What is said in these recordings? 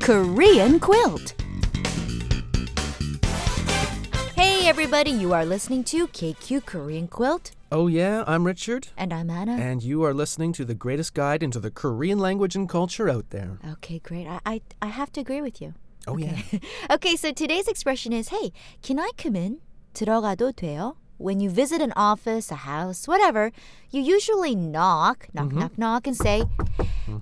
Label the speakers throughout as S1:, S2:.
S1: Korean Quilt. Hey, everybody, you are listening to KQ Korean Quilt,
S2: Oh, yeah, I'm Richard,
S1: and I'm Anna.
S2: and you are listening to the greatest guide into the Korean language and culture out there.
S1: Okay, great. I, I, I have to agree with you.
S2: Oh, yeah.
S1: Uh, okay, so today's expression is hey, can I come in? 들어가도 돼요? When you visit an office, a house, whatever, you usually knock, knock, knock, knock, and say,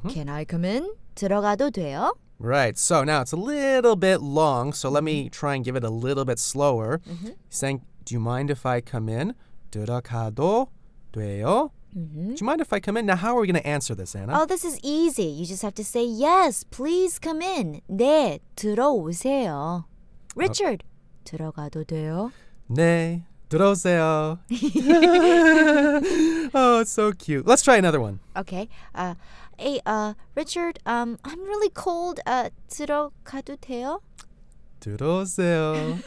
S1: Can I come in? 들어가도 돼요?
S2: Right, so now it's a little bit long, so let
S1: Mm-hmm.
S2: me try and give it a little bit slower. Saying, do you mind if I come in? 들어가도 돼요? Do you mind if I come in? Now, how are we going to answer this, Anna?
S1: Mm-hmm. Oh, this is easy. You just have to say, Yes, please come in. 네, 들어오세요. Richard, 들어가도 돼요?
S2: 네, 들어오세요. oh, it's so cute. Let's try another one.
S1: Okay. Uh, hey, uh, Richard, um, I'm really cold. Uh, 들어가도 돼요?
S2: 들어오세요.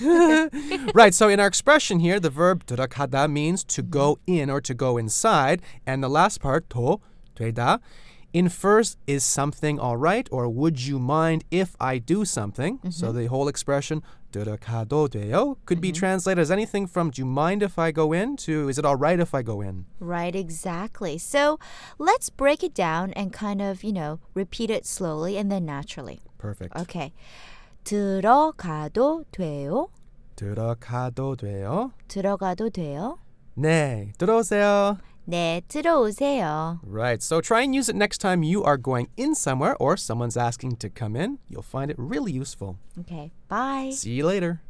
S2: right, so in our expression here, the verb 들어가다 means to go in or to go inside, and the last part 도 되다 infers is something all right or would you mind if I do something? So the whole expression 들어가도 돼요 could be translated as anything from do you mind if I go in to is it all right if I go in?
S1: Right, exactly. So let's break it down and kind of, you know, repeat it slowly and then naturally.
S2: Perfect.
S1: Okay. 들어가도 돼요?
S2: 들어가도 돼요?
S1: 들어가도 돼요?
S2: 네, 들어오세요.
S1: 네, 들어오세요.
S2: Right, so try and use it next time you are going in somewhere or someone's asking to come in. You'll find it really useful.
S1: Okay, bye.
S2: See you later.